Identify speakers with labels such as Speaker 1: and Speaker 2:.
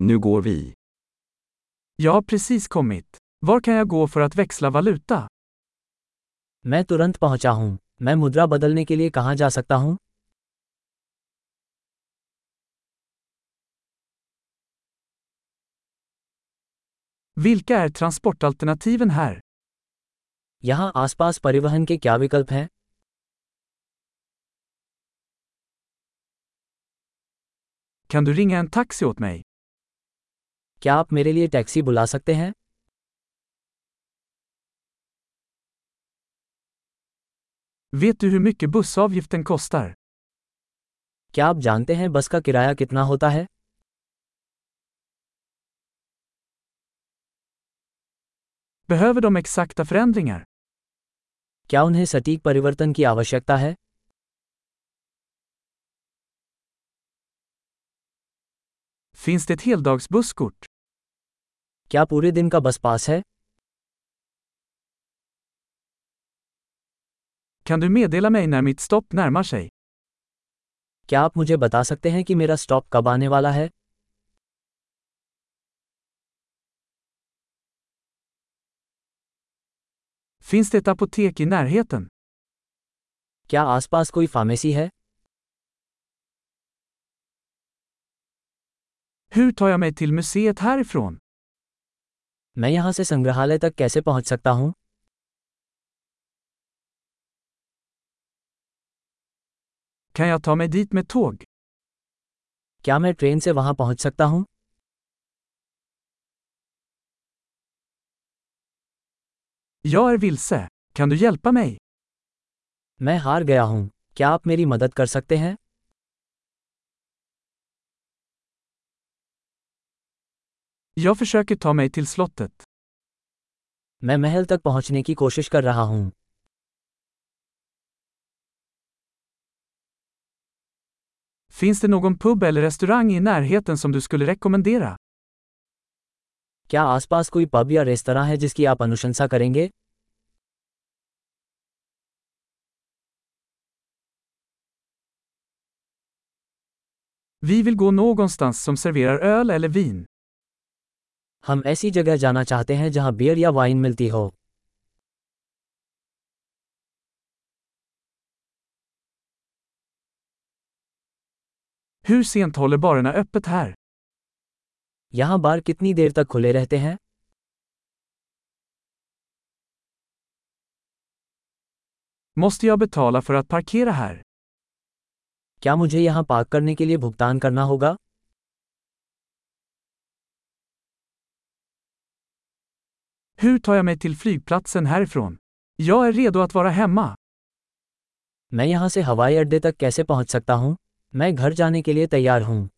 Speaker 1: Nu går vi.
Speaker 2: Jag har precis kommit. Var kan jag gå för att växla valuta?
Speaker 3: मैं तुरंत पहुंचा हूं मैं मुद्रा बदलने के लिए कहां जा सकता हूं
Speaker 2: Vilka är transportalternativen här?
Speaker 3: यहां आसपास परिवहन के क्या विकल्प हैं
Speaker 2: Kan du ringa en taxi åt mig?
Speaker 3: क्या आप मेरे लिए टैक्सी बुला सकते हैं
Speaker 2: Vet du hur mycket bussavgiften kostar?
Speaker 3: क्या आप जानते हैं बस का किराया कितना होता है
Speaker 2: Behöver de exakta förändringar?
Speaker 3: क्या उन्हें सटीक परिवर्तन की आवश्यकता है
Speaker 2: Finns det ett heldagsbusskort?
Speaker 3: क्या पूरे दिन का बस पास है
Speaker 2: Kan du meddela mig när mitt stopp närmar sig?
Speaker 3: क्या आप मुझे बता सकते हैं कि मेरा स्टॉप कब आने वाला है
Speaker 2: Finns det ett apotek i närheten?
Speaker 3: क्या आसपास कोई फार्मेसी है
Speaker 2: Hur tar jag mig till museet härifrån?
Speaker 3: मैं यहां से संग्रहालय तक कैसे पहुंच सकता हूं
Speaker 2: Kan jag ta mig dit med tåg?
Speaker 3: क्या मैं ट्रेन से वहां पहुंच सकता हूं
Speaker 2: Jag är vilse. Kan du hjälpa mig?
Speaker 3: मैं हार गया हूं क्या आप मेरी मदद कर सकते हैं
Speaker 2: Jag försöker ta mig till slottet.
Speaker 3: मैं महल तक पहुंचने की कोशिश कर रहा हूं
Speaker 2: Finns det någon pub eller restaurang i närheten som du skulle rekommendera?
Speaker 3: क्या आसपास कोई पब या रेस्तरा है जिसकी आप अनुशंसा करेंगे
Speaker 2: Vi vill gå någonstans som serverar öl eller vin.
Speaker 3: हम ऐसी जगह जाना चाहते हैं जहां बियर या वाइन मिलती हो
Speaker 2: Hur sent håller barerna öppet här?
Speaker 3: यहाँ बार कितनी देर तक खुले रहते हैं
Speaker 2: Måste jag betala för att parkera här?
Speaker 3: क्या मुझे यहाँ पार्क करने के लिए भुगतान करना होगा
Speaker 2: Hur tar jag mig till flygplatsen härifrån? Jag är redo att vara hemma.
Speaker 3: मैं यहाँ से हवाई अड्डे तक कैसे पहुँच सकता हूँ मैं घर जाने के लिए तैयार हूँ